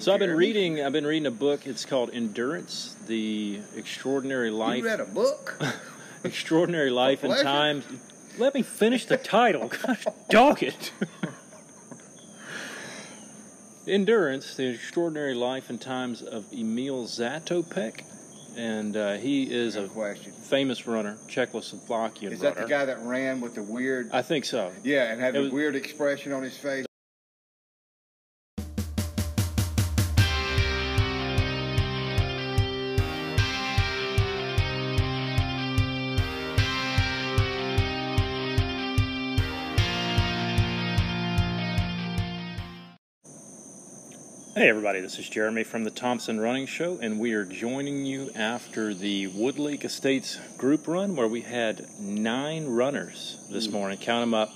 So I've been reading. I've been reading a book. It's called Endurance: The Extraordinary Life. You read a book? Extraordinary Life and pleasure. Times. Let me finish the title. Gosh, dog it. Endurance: The Extraordinary Life and Times of Emil Zatopek, and uh, he is a Good question. famous runner, Czechoslovakian Is that runner. the guy that ran with the weird? I think so. Yeah, and Uh, had It the was- weird expression on his face. Hey everybody, this is Jeremy from the Thompson Running Show, and we are joining you after the Woodlake Estates group run where we had nine runners this morning. Count them up.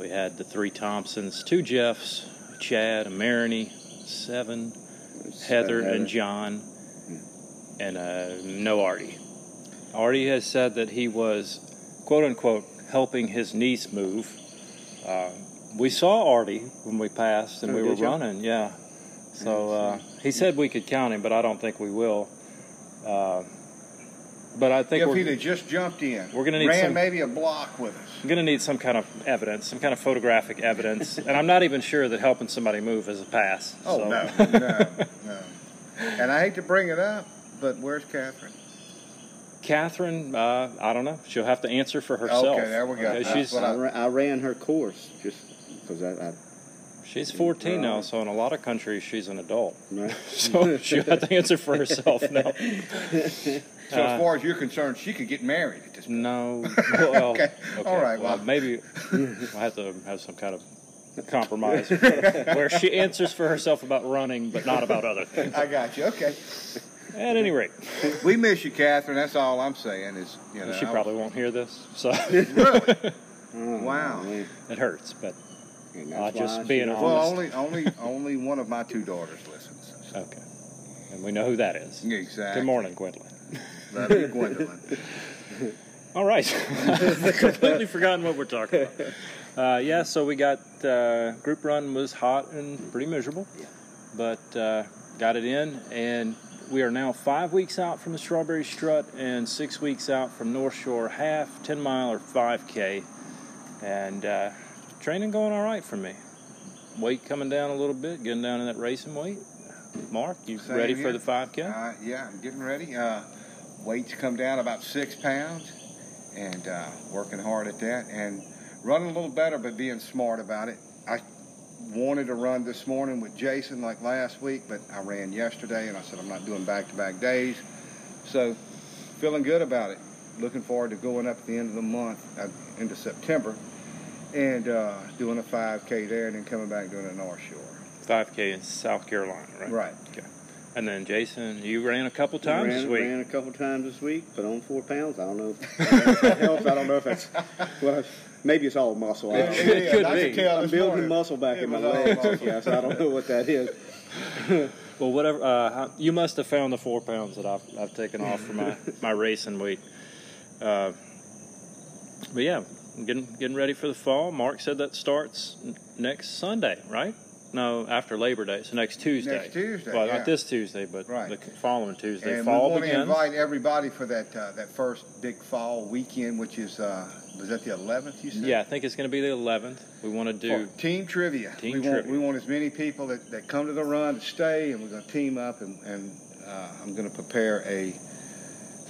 We had the three Thompsons, two Jeffs, Chad, a Marini, seven, Heather, and John, and uh, no Artie. Artie has said that he was, quote unquote, helping his niece move. Uh, we saw Artie when we passed and Oh, we were did you? running, yeah. So uh, he said we could count him, but I don't think we will. Uh, but I think If we're, he'd have just jumped in, We're gonna need ran some- maybe a block with us. I'm going to need some kind of evidence, some kind of photographic evidence. and I'm not even sure that helping somebody move is a pass. Oh so. no, no, no. And I hate to bring it up, but where's Catherine? Catherine, uh, I don't know. She'll have to answer for herself. there we go. Okay, That's she's what I, ra- I ran her course just because I, I she's 14 now, Right. so in a lot of countries she's an adult. right? So she'll have to answer for herself now. So Uh, as far as you're concerned, she could get married at this point. No. Well, Okay. All right, Well, well. maybe I have to have some kind of compromise where she answers for herself about running, but not about other things. I got you. Okay. At any rate, We miss you, Catherine. That's all I'm saying is, you know. she I- probably won't hear this, so Really? Oh, Wow. man. it hurts. But And Uh, that's why just she- being a- Well, Honest. only, only, only one of my two daughters listens. So. okay, and we know who that is. Exactly. Good morning, Gwendolyn. Love you, Gwendolyn. All right. I've completely forgotten what we're talking about. Uh, yeah, so we got uh, group run was hot and pretty miserable, but uh, got it in, and we are now five weeks out from the Strawberry Strut and six weeks out from North Shore half, ten mile, or five k, and uh, training going all right for me. Weight coming down a little bit, getting down in that racing weight. Mark, you Same ready here. for the five k? Uh, yeah, I'm getting ready. Uh, weights come down about six pounds, and uh, working hard at that, and running a little better, but being smart about it. I wanted to run this morning with Jason like last week, but I ran yesterday, and I said I'm not doing back-to-back days, so feeling good about it. Looking forward to going up at the end of the month, uh, into September, and uh, doing a 5K there, and then coming back doing a North Shore. Five k in South Carolina, right? Right. And then Jason, you ran a couple I times ran, this week. ran a couple times this week, but on four pounds. I don't know. If that helps. I don't know if that's well. Maybe it's all muscle. I don't know. It could I be. could tell I'm this building morning. muscle back It in my was all legs. muscle. Yeah, so I don't know what that is. Well, whatever. Uh, how- you must have found the four pounds that I've, I've taken off for my, my racing weight. Uh, but yeah, getting getting ready for the fall. Mark said that starts n- next Sunday, right? No, after Labor Day. So next Tuesday. Next Tuesday, Well, yeah. not this Tuesday, but Right. the c- following Tuesday. And fall we want begins. to invite everybody for that uh, that first big fall weekend, which is uh, was that the 11th? You said yeah, I think it's going to be the 11th. We want to For do. team trivia. Team we want trivia. we want as many people that, that come to the run to stay, and we're going to team up, and, and uh, I'm going to prepare a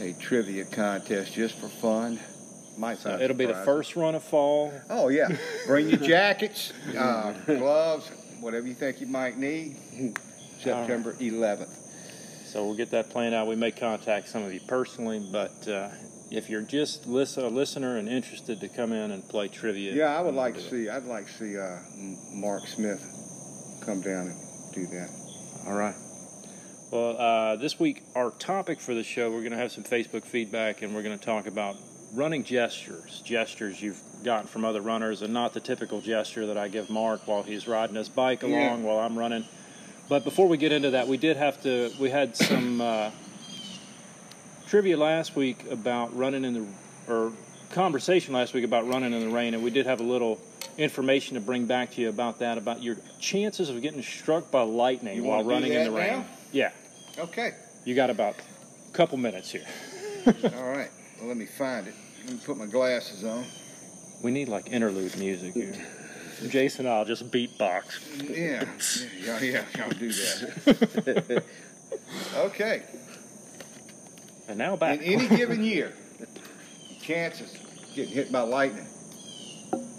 a trivia contest just for fun. Might so sound it'll be the surprising. first run of fall. Oh yeah, bring your jackets, uh, gloves, whatever you think you might need. September 11th. So we'll get that planned out. We may contact some of you personally, but uh, if you're just listen, a listener and interested to come in and play trivia, Yeah, I would like to do it. see. I'd like to see uh, M- Mark Smith come down and do that. All right. Well, uh, this week our topic for the show, we're going to have some Facebook feedback, and we're going to talk about running gestures, gestures you've gotten from other runners, and not the typical gesture that I give Mark while he's riding his bike along Yeah. while I'm running. But before we get into that, we did have to. We had some uh, trivia last week about running in the or conversation last week about running in the rain, and we did have a little information to bring back to you about that, about your chances of getting struck by lightning You while wanna do running in that the rain. now? Yeah, Okay. you got about a couple minutes here. All right. Well, let me find it. Let me put my glasses on. We need like interlude music here. Jason, and I'll just beatbox. Yeah. Yeah, yeah, yeah, y'all do that. Okay. And now back. In any given year, the chances of getting hit by lightning.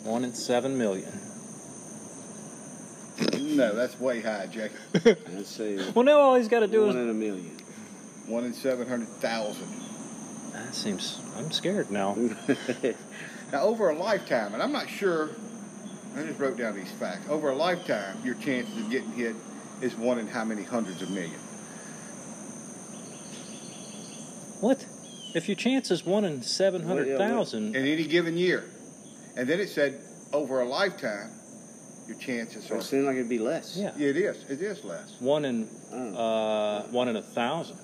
One in seven million. No, that's way high, Jake. Let's see. Well, now all he's got to do One is. in a million. One in 700,000. That seems. I'm scared now. Now, over a lifetime, and I'm not sure, I just wrote down these facts. Over a lifetime, your chances of getting hit is one in how many hundreds of million? What? If your chance is one in seven hundred In thousand, any given year. And then it said, over a lifetime, your chances So are. it seems like it'd be less. yeah, Yeah, it is. It is less. one in Oh. uh, one in a thousand.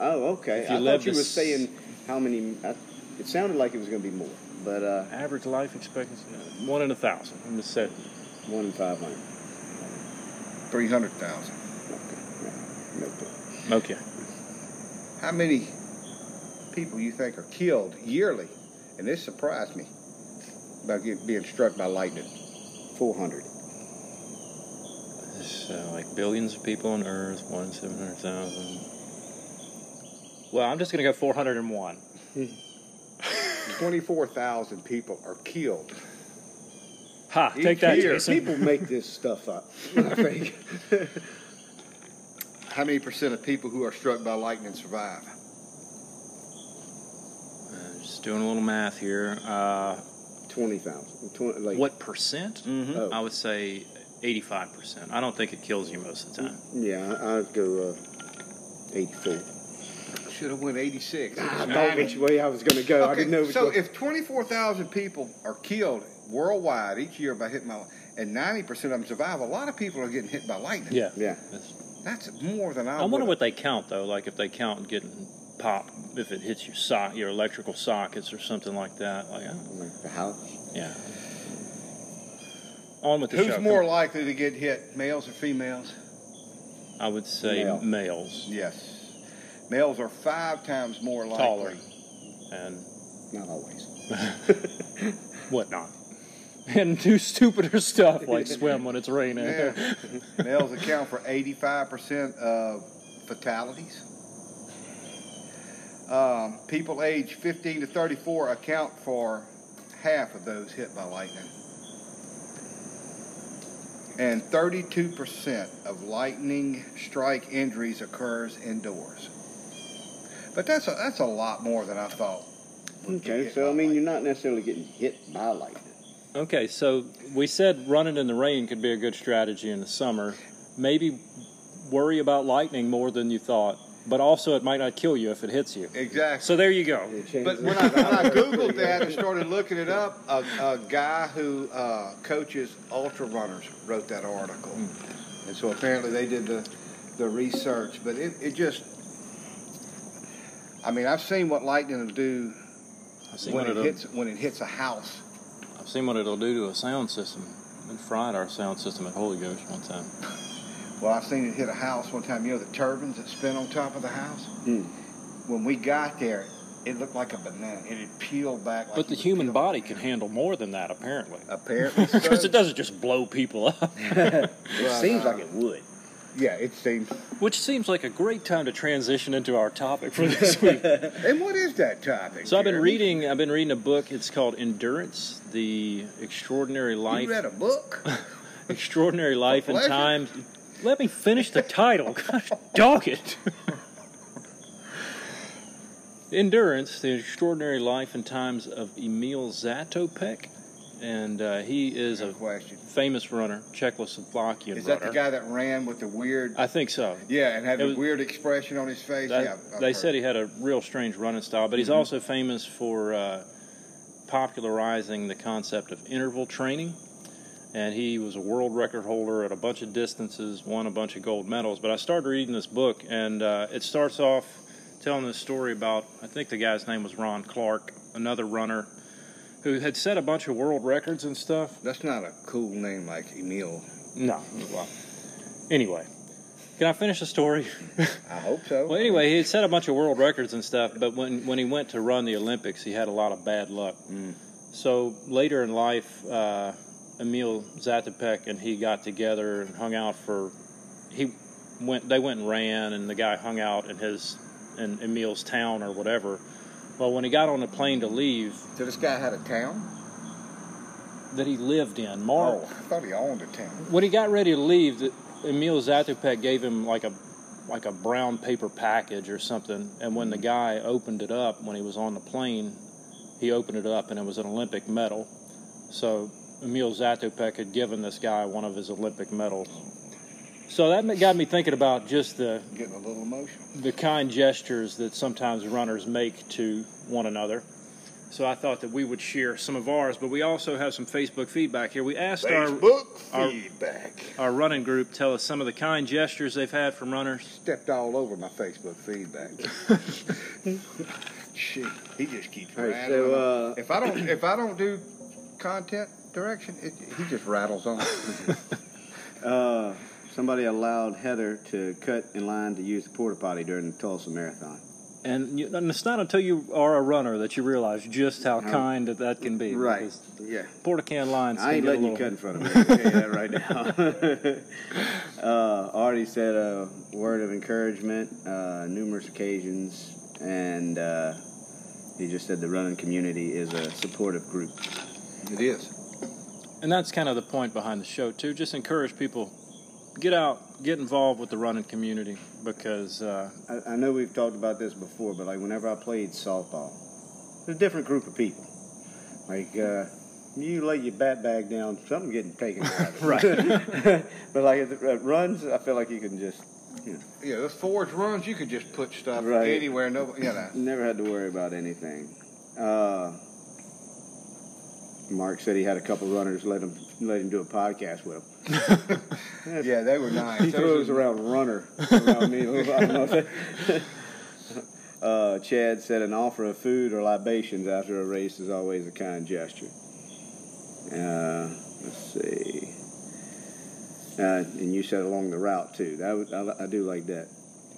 Oh, okay. If you I live thought you to were s- saying how many. I, it sounded like it was going to be more, but uh, Average life expectancy, no, one in a thousand. I'm just saying. one in five hundred. 300,000. Okay. No problem. Okay. How many people you think are killed yearly? And this surprised me about get, being struck by lightning. Four hundred. So like billions of people on Earth, one in seven hundred thousand. Well, I'm just gonna go four hundred and one. 24,000 people are killed. Ha! Each Take that, year. Jason. People make this stuff up. I think. How many percent of people who are struck by lightning survive? Uh, just doing a little math here. Uh, Twenty thousand. Twenty. Like, what percent? Oh. I would say eighty-five percent. I don't think it kills you most of the time. Yeah, I- I'd go uh, eighty-four. Should have went 86. I thought which way I was going to go. I didn't know. Which so way. if 24,000 people are killed worldwide each year by hitting by lightning, and 90% of them survive, a lot of people are getting hit by lightning. Yeah. yeah. That's more than I, I wonder would've- what they count though. Like if they count getting popped, if it hits your sock, your electrical sockets or something like that. Like, I don't- Like the house. yeah. On with the Who's show. more likely to get hit, males or females? I would say Male. males, Yes. Males are five times more likely. taller, and Not always. whatnot, and do stupider stuff like swim when it's raining. Yeah. Males account for 85% of fatalities. Um, people age 15 to 34 account for half of those hit by lightning. And 32% of lightning strike injuries occurs indoors. But that's a, that's a lot more than I thought. would get Okay. hit So by I mean, lightning. you're not necessarily getting hit by lightning. Okay, so we said running in the rain could be a good strategy in the summer. Maybe worry about lightning more than you thought, but also it might not kill you if it hits you. Exactly. So there you go. It changes But when the I, when I dialogue. Googled that and started looking it up, a, a guy who uh, coaches ultra runners wrote that article. And so apparently they did the, the research. But it, it just, I mean, I've seen what lightning will do I've seen, when, what it it'll, hits, when it hits a house. I've seen what it'll do to a sound system. It fried our sound system at Holy Ghost one time. Well, I've seen it hit a house one time. You know the turbines that spin on top of the house? Hmm. When we got there, it looked like a banana. It had peeled back. Like But the you would human peel- body can handle more than that, apparently. Apparently. Because so. it doesn't just blow people up, it seems like it would. Yeah, it seems. which seems like a great time to transition into our topic for this week. And what is that topic? So I've been Jeremy? reading. I've been reading a book. It's called Endurance: The Extraordinary Life. You read a book? Extraordinary Life and pleasure. Times. Let me finish the title. Gosh, dog it. Endurance, The Extraordinary Life and Times of Emil Zatopek. And uh, he is a question. famous runner, Czechoslovakian Is that runner. the guy that ran with the weird? I think so. Yeah, and had It the was- weird expression on his face. That- yeah, I've they heard. Mm-hmm. said he had a real strange running style, but he's also famous for uh, popularizing the concept of interval training. And he was a world record holder at a bunch of distances, won a bunch of gold medals. But I started reading this book, and uh, it starts off telling this story about I think the guy's name was Ron Clark, another runner who who had set a bunch of world records and stuff. That's not a cool name like Emil. No. Anyway, can I finish the story? I hope so. Well, anyway, he had set a bunch of world records and stuff, but when, when he went to run the Olympics, he had a lot of bad luck. Mm. So later in life, uh, Emil Zatopek and he got together and hung out for. He went. They went and ran, and the guy hung out in his in Emil's town or whatever. Well, when he got on the plane to leave, So this guy had a town? that he lived in, Mark. Oh, I thought he owned a town. When he got ready to leave, the- Emil Zatopek gave him like a like a brown paper package or something. And when the guy opened it up when he was on the plane, he opened it up and it was an Olympic medal. So Emil Zatopek had given this guy one of his Olympic medals. So that ma- got me thinking about just the Getting a little emotional. the kind gestures that sometimes runners make to one another. So I thought that we would share some of ours, but we also have some Facebook feedback here. We asked our our- feedback. our running group tell us some of the kind gestures they've had from runners. Stepped all over my Facebook feedback. Shit, he just keeps All right, rattling. so, on. uh, if I don't, if I don't do content direction, it, he just rattles on. Uh, somebody allowed Heather to cut in line to use the porta potty during the Tulsa Marathon. And, you, and it's not until you are a runner that you realize just how kind that, that can be. Right. because Yeah. Porta can lines. I ain't can get letting a you little- cut in front of me. I'll tell you that right now. uh, already said a word of encouragement uh, numerous occasions, and uh, he just said the running community is a supportive group. it is. And that's kind of the point behind the show too. Just encourage people get out, get involved with the running community because uh, I, I know we've talked about this before, but like whenever I played softball, there's a different group of people. Like uh, you lay your bat bag down, something getting taken out of it. right. but like at, the- at runs, I feel like you can just Yeah, those forge runs, you could just put stuff Right. anywhere. No, you know. never had to worry about anything. Uh, Mark said he had a couple runners let him let him do a podcast with him. Yeah, they were nice. He Those throws were- around runner around me. I don't know if that- uh, Chad said an offer of food or libations after a race is always a kind gesture. Uh, let's see. Uh, and you said along the route too. That was, I, I do like that.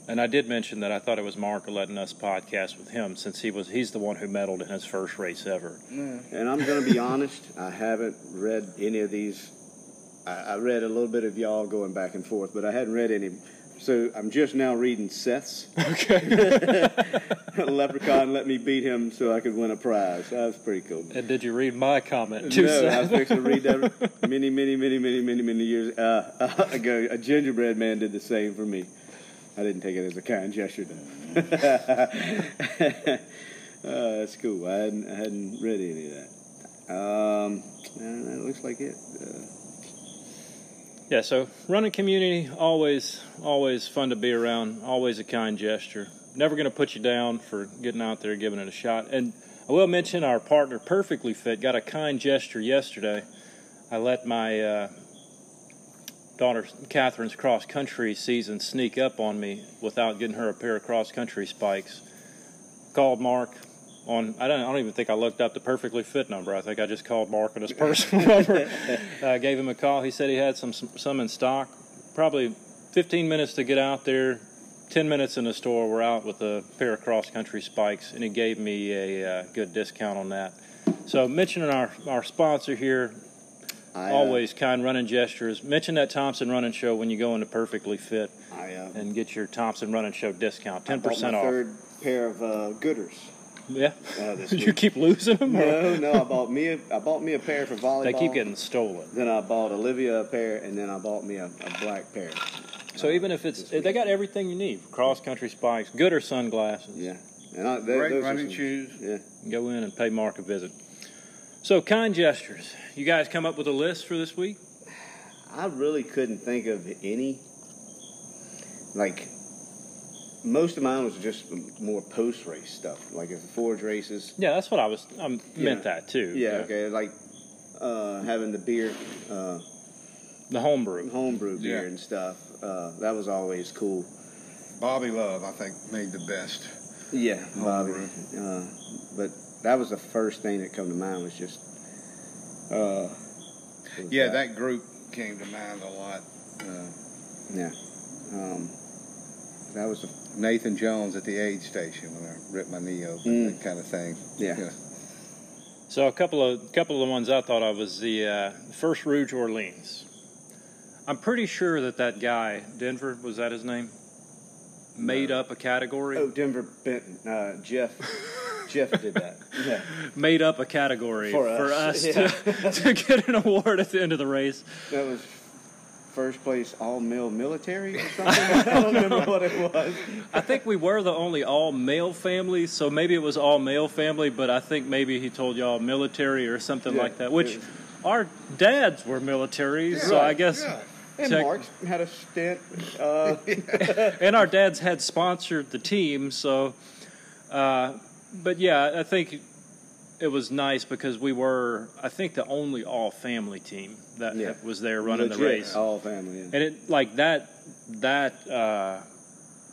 and I did mention that I thought it was Mark letting us podcast with him since he was he's the one who medaled in his first race ever. And I'm going to be honest. I haven't read any of these. I, I read a little bit of y'all going back and forth, but I hadn't read any. So I'm just now reading Seth's. Okay. Leprechaun let me beat him so I could win a prize. That was pretty cool. and did you read my comment? too, no, I Seth? was fixing to read that many, many, many, many, many, many years uh, ago. A gingerbread man did the same for me. I didn't take it as a kind gesture, though. uh, that's cool. I hadn't, I hadn't read any of that. Um, I don't know, it looks like it. Uh, Yeah, so running community always always fun to be around, always a kind gesture. Never going to put you down for getting out there giving it a shot. And I will mention our partner Perfectly Fit got a kind gesture yesterday. I let my uh, daughter Catherine's cross country season sneak up on me without getting her a pair of cross country spikes. Called Mark on I don't I don't even think I looked up the perfectly fit number. I think I just called Mark on his personal number. Uh, gave him a call. He said he had some some in stock. Probably 15 minutes to get out there. 10 minutes in the store. We're out with a pair of cross country spikes, and he gave me a uh, good discount on that. So mentioning our our sponsor here, I, uh, Always kind running gestures. Mention that Thompson Running Show when you go into Perfectly Fit I, uh, and get your Thompson Running Show discount, I ten bought percent my off. third pair of uh, Gooders. yeah, Uh, this you week. keep losing them. or- No, no, I bought me. A, I bought me a pair for volleyball. They keep getting stolen. Then I bought Olivia a pair, and then I bought me a, a black pair. So even if it's they got everything you need: cross country spikes, good or sunglasses. Yeah, and I, they, Great those are running some- shoes. Yeah, Go in and pay Mark a visit. So kind gestures. You guys come up with a list for this week? I really couldn't think of any. Like, most of mine was just more post race stuff, like if the forge races. Yeah, that's what I was. I meant Yeah. that too. Yeah, okay, like uh, having the beer, uh, The homebrew. homebrew beer Yeah. and stuff. Uh, that was always cool. Bobby Love, I think, made the best. Yeah, Bobby. Homebrew. Uh, but that was the first thing that come to mind was just. Uh, was Yeah, that group came to mind a lot. Uh, Yeah. Um, that was the, Nathan Jones at the aid station when I ripped my knee open, Mm. that kind of thing. yeah. Yeah. So a couple of couple of the ones I thought of was the uh, first Rouge Orleans. I'm pretty sure that that guy Denver was that his name, made up a category. Oh, Denver Benton, uh, Jeff. Jeff did that. Yeah. Made up a category For for us, us, yeah. to, to get an award at the end of the race. That was first place all male military or something. I don't remember what it was. I think we were the only all male family, so maybe it was all male family, but I think maybe he told y'all military or something Yeah, like that, which it- our dads were military, so Yeah, I guess. yeah. And Check. Mark's had a stint. Uh, and our dads had sponsored the team, so. Uh, but yeah, I think it was nice because we were, I think, the only all family team that Yeah. was there running the legit race, All family. Yeah. and it like that that uh,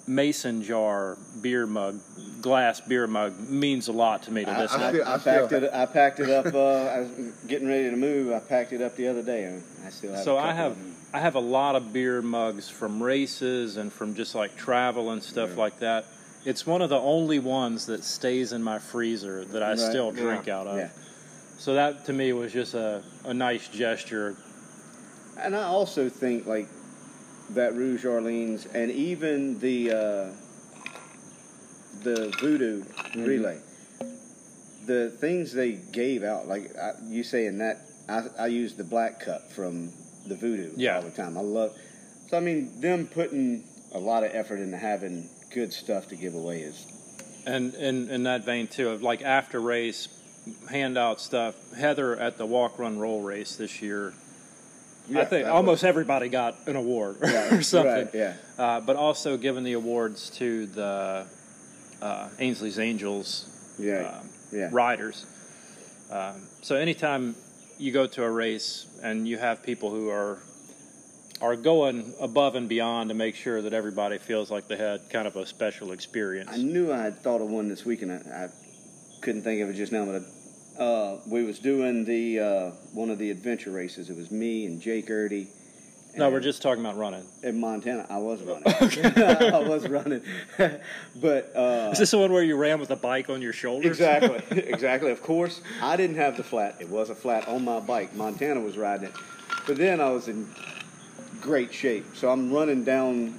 mason jar beer mug glass beer mug means a lot to me to this I day. feel- I packed it. I packed it up. Uh, I was getting ready to move. I packed it up the other day, and I still have. a So I couple have of them. I have a lot of beer mugs from races and from just like travel and stuff like that. It's one of the only ones that stays in my freezer that I Right. still drink out of. Yeah. So that to me was just a, a nice gesture. And I also think like that Rouge Orleans and even the uh, the Voodoo Mm-hmm. relay, the things they gave out, like I, you say in that, I, I use the black cup from the Voodoo Yeah. all the time. I love. So I mean, them putting a lot of effort into having good stuff to give away is And in in that vein too, of like after race handout stuff. Heather at the walk run roll race this year. I Yeah, think that almost everybody got an award or Right, something. right, yeah. Uh, but also giving the awards to the uh, Ainsley's Angels Yeah, um, yeah. riders. Um, so anytime you go to a race and you have people who are are going above and beyond to make sure that everybody feels like they had kind of a special experience. I knew I had thought of one this week, and I, I couldn't think of it just now. But I, uh, we was doing the uh, one of the adventure races. It was me and Jake Erdy. no, and- we're just talking about running. in Montana. I was running. I was running, but uh, Is this the one where you ran with a bike on your shoulders? exactly, exactly. Of course, I didn't have the flat. It was a flat on my bike. Montana was riding it, but then I was in great shape. So I'm running down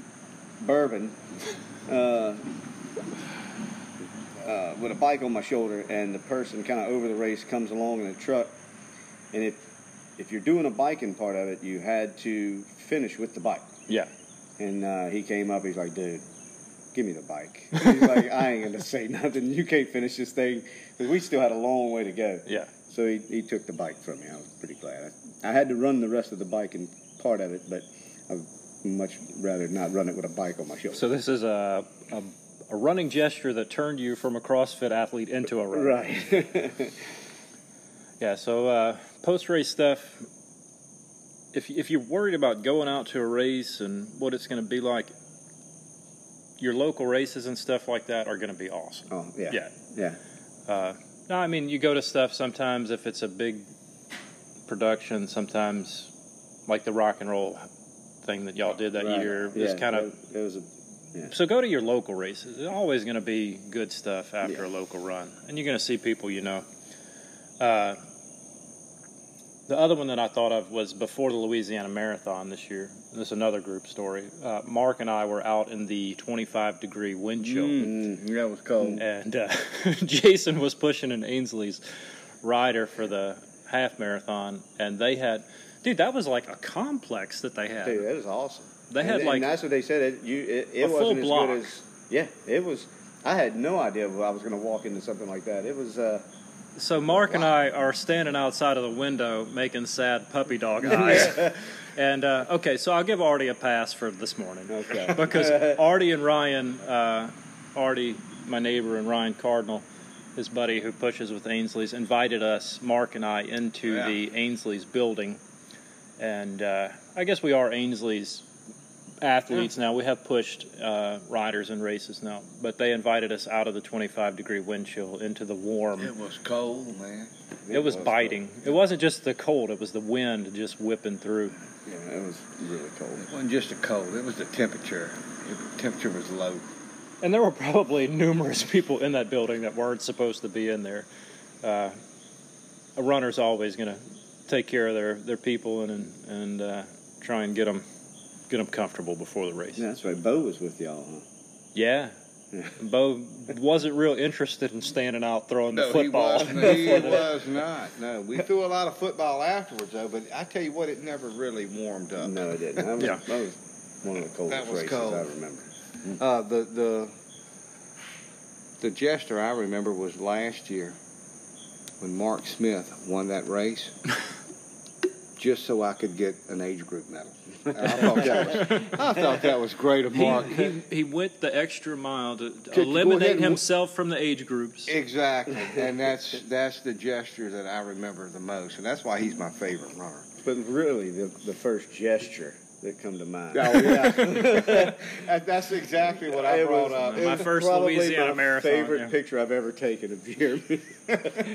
Bourbon uh, uh, with a bike on my shoulder, and the person kind of over the race comes along in a truck, and if if you're doing a biking part of it, you had to finish with the bike. Yeah. And uh, he came up. He's like, dude, give me the bike. He's like, I ain't gonna say nothing. You can't finish this thing because we still had a long way to go. Yeah. So he, he took the bike from me. I was pretty glad. I, I had to run the rest of the bike and part of it, but I would much rather not run it with a bike on my shoulder. So this is a, a a running gesture that turned you from a CrossFit athlete into a runner. right. Yeah, so uh, post race stuff. If if you're worried about going out to a race and what it's going to be like, your local races and stuff like that are going to be awesome. oh yeah. Yeah. Yeah. Uh, no, I mean you go to stuff sometimes if it's a big production. Sometimes, like the rock and roll thing that y'all did that Right. year, Yeah, is kind of. It was a So go to your local races. There's always going to be good stuff after a local run, and you're going to see people you know. Uh, the other one that I thought of was before the Louisiana Marathon this year. This is another group story. Uh, Mark and I were out in the 25 degree wind chill, Mm. Mm-hmm. Yeah, it was cold. and uh, Jason was pushing an Ainsley's rider for the half marathon, and they had, dude, that was like a complex that they had. dude. It was awesome. They And- had, like, and that's what they said. It you it, it a full wasn't as block. good as yeah. It was. I had no idea I was going to walk into something like that. It was. Uh, So Mark and I are standing outside of the window making sad puppy dog eyes. and uh, okay, so I'll give Artie a pass for this morning Okay. because Artie and Ryan, uh, Artie, my neighbor, and Ryan Cardinal, his buddy who pushes with Ainsley's, invited us, Mark and I, into Yeah. the Ainsley's building, and uh, I guess we are Ainsley's athletes now. We have pushed uh, riders in races now, but they invited us out of the 25 degree wind chill into the warm. It was cold, man. It, was, uh, biting. It wasn't just the cold; it was the wind just whipping through. cold. Yeah, it was really cold. It wasn't just the cold. It was the temperature. The temperature was low. And there were probably numerous people in that building that weren't supposed to be in there. Uh, a runner's always going to take care of their, their people and and uh, try and get them comfortable before the race. Yeah, that's right. Bo was with y'all, huh? Yeah. Yeah. Bo wasn't real interested in standing out throwing the no, football. He was, he was not. No, we threw a lot of football afterwards, though. But I tell you what, it never really warmed up. No, I didn't. That was, Yeah. that was one of the coldest was races cold. I remember. Uh, the the the jester I remember was last year when Mark Smith won that race, just so I could get an age group medal. And I thought that was, I thought that was great of Mark. He, he, he went the extra mile to go ahead eliminate and- himself from the age groups. exactly, and that's that's the gesture that I remember the most, and that's why he's my favorite runner. But really, the, the first gesture that come to mind. Oh yeah, That- that's exactly what I It brought was- up. My was first probably Louisiana my marathon, Favorite yeah. picture I've ever taken of Jeremy.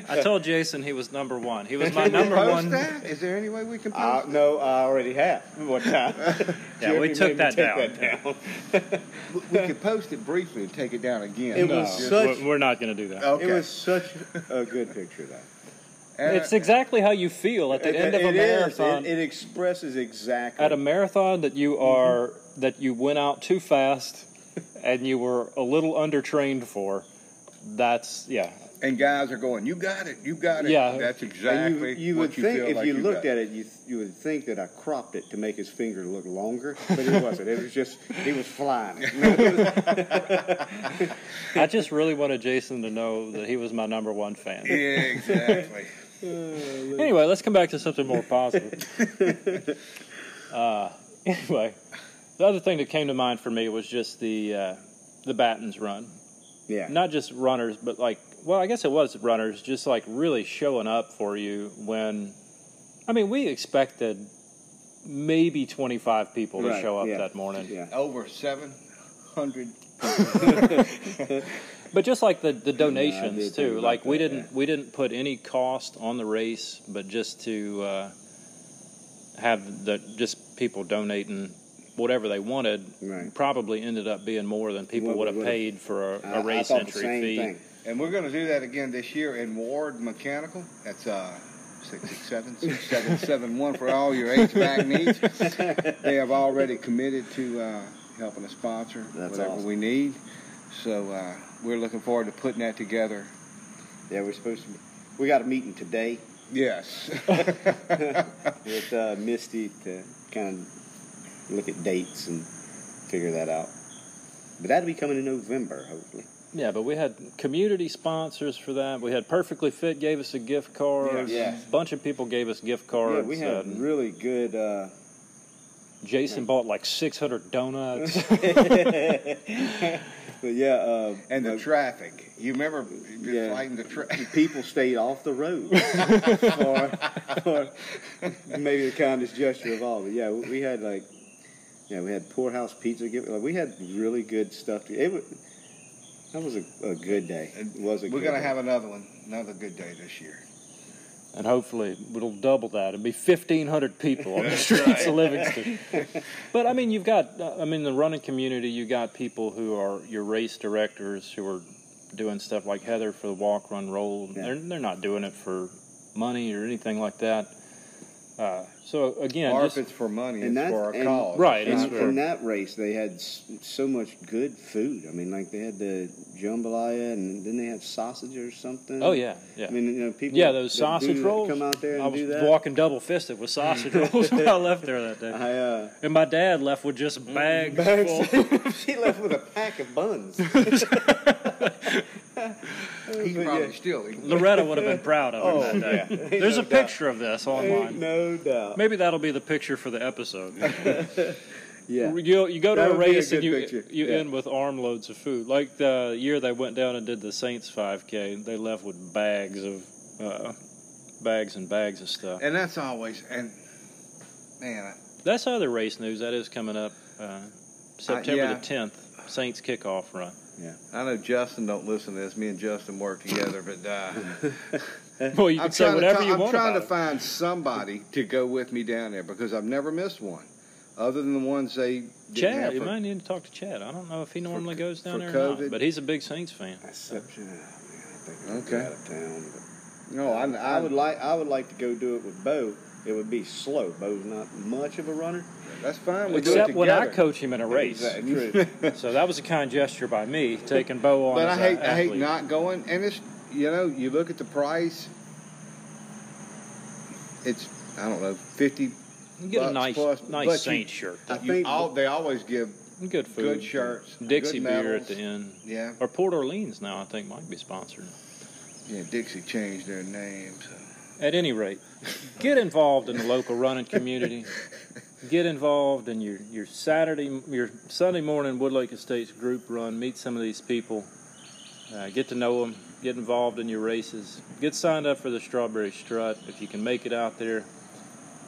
I told Jason he was number one. He was my Can we number post one. That? Is there any way we can post I, that? no, I already have. One time. Yeah, we Jeremy took made me that take down. that down. We could post it briefly and take it down again. It No. was Just- such. We're, we're not going to do that. Okay. It was such a good picture though. And It's exactly how you feel at the end of a It is. marathon. It, Mm-hmm. it expresses exactly. at a marathon that you are that you went out too fast and you were a little undertrained for. That's yeah. and guys are going, "You got it, you got it." Yeah. that's And exactly. you, you what would think feel if like you looked got. at it, you you would think that I cropped it to make his finger look longer, but it wasn't. it was just he was flying. it. I just really wanted Jason to know that he was my number one fan. Yeah, exactly. Anyway, let's come back to something more positive. uh, anyway, the other thing that came to mind for me was just the uh, the Battens run. Yeah. not just runners, but like, well, I guess it was runners, just like really showing up for you when, I mean, we expected maybe 25 people to Right, show up yeah. that morning. Yeah. Over seven hundred. But just like the, the I did donations think too, about like we that, didn't we didn't put any cost on the race, but just to uh, have the just people donating whatever they wanted Right. probably ended up being more than people What we would have would've- paid for a, I- a I race thought the entry same fee. thing. And we're going to do that again this year in Ward Mechanical. That's uh. Six six seven six seven seven one for all your HVAC needs. They have already committed to uh, helping us sponsor That's whatever awesome. we need. So uh, we're looking forward to putting that together. Yeah, we're supposed to. We got a meeting today Yes. with uh, Misty to kind of look at dates and figure that out. But that'll be coming in November, hopefully. Yeah, but we had community sponsors for that. We had Perfectly Fit gave us a gift card. Yeah. Yes. A bunch of people gave us gift cards. Yeah, we had and really good. Uh, Jason bought like 600 donuts. but yeah, uh, And the uh, traffic. You remember Yeah. fighting the traffic? people stayed off the road for, for maybe the kindest gesture of all. But yeah, we had like, yeah, we had poorhouse pizza. Give, like, we had really good stuff. To, it was, that was a, a good day. It was a We're good going to day. have another one, another good day this year. and hopefully it'll double that. It'll be 1,500 people on the streets of Livingston. but I mean, you've got, uh, I mean, the running community, you got people who are your race directors who are doing stuff like Heather for the walk, run, roll. Yeah. They're, they're not doing it for money or anything like that. Uh, so again, or just- if it's for money, And it's that's- for a and- cause. Right, And it's in, for- that race, they had s- so much good food. I mean, like they had the jambalaya, and then they had sausage or something. oh yeah, yeah. I mean, you know, people. Yeah, those that do sausage that rolls. Come out there and I was do that. walking double fisted with sausage rolls when I left there that day. I, uh, And my dad left with just Mm. bags. full. she left with a pack of buns. He's But probably yeah. still eating. Loretta would have been proud of Oh, him that day. yeah. There's a No doubt. picture of this Ain't online. no doubt. Maybe that'll be the picture for the episode. Yeah. You, you go to That a would be a race and good you picture. you Yeah. end with armloads of food. Like the year they went down and did the Saints 5K, they left with bags of uh, bags and bags of stuff. And that's always, and man, That's other race news that is coming up. uh, September yeah. the 10th, Saints kickoff run. I know Justin don't listen to this. Me and Justin work together, but uh, Well, you can I'm say trying, to, whatever fi- you I'm want trying to about find somebody to go with me down there because I've never missed one, other than the ones they it. didn't Chad, have you for- might need to talk to Chad. I don't know if he normally goes down for there or COVID. not, but he's a big Saints fan. Exception. Oh, I think I'll I'll be Okay. okay. out out of town. No, I, I, I would like I would like to go do it with Bo. It would be slow. Bo's not much of a runner. That's fine. We do Except it when I together. coach him in a race. Exactly. True. So that was a kind gesture by me, taking Bo on But I as a hate I athlete. hate not going, and it's you know you look at the price. It's I don't know fifty. You get a bucks nice, plus, but you- nice Saints shirt. I you think- all, they always give Good food. good shirts, Dixie good beer medals. at the end. Yeah, Or Port Orleans now, I think, might be sponsored. yeah. Dixie changed their name. So. At any rate, get involved in the local running community. Get involved in your, your Saturday, your Sunday morning Woodlake Estates group run. Meet some of these people. Uh, get to know them. Get involved in your races. Get signed up for the Strawberry Strut if you can make it out there.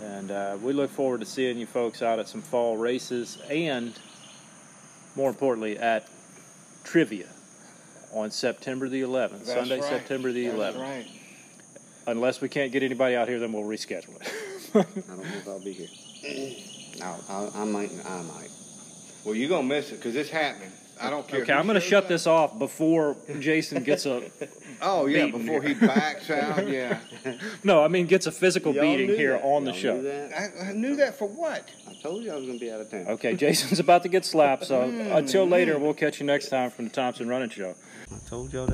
And uh, we look forward to seeing you folks out at some fall races and, more importantly, at trivia on September the 11th, That's Sunday, right. September the That's 11th. right. Unless we can't get anybody out here, then we'll reschedule it. I don't know if I'll be here. No, I, I might. I might. Well, you're gonna miss it because it's happening. I don't care. Okay, who I'm going to shows shut up. this off before Jason gets a Oh yeah, beaten before he backs out. Yeah, no, I mean gets a physical Y'all beating knew here that. on the Y'all show. knew that. I, I knew that for what? I told you I was gonna be out of town. Okay, Hmm. Jason's about to get slapped. So until later, we'll catch you next time from the Thompson Running Show. I told y'all that.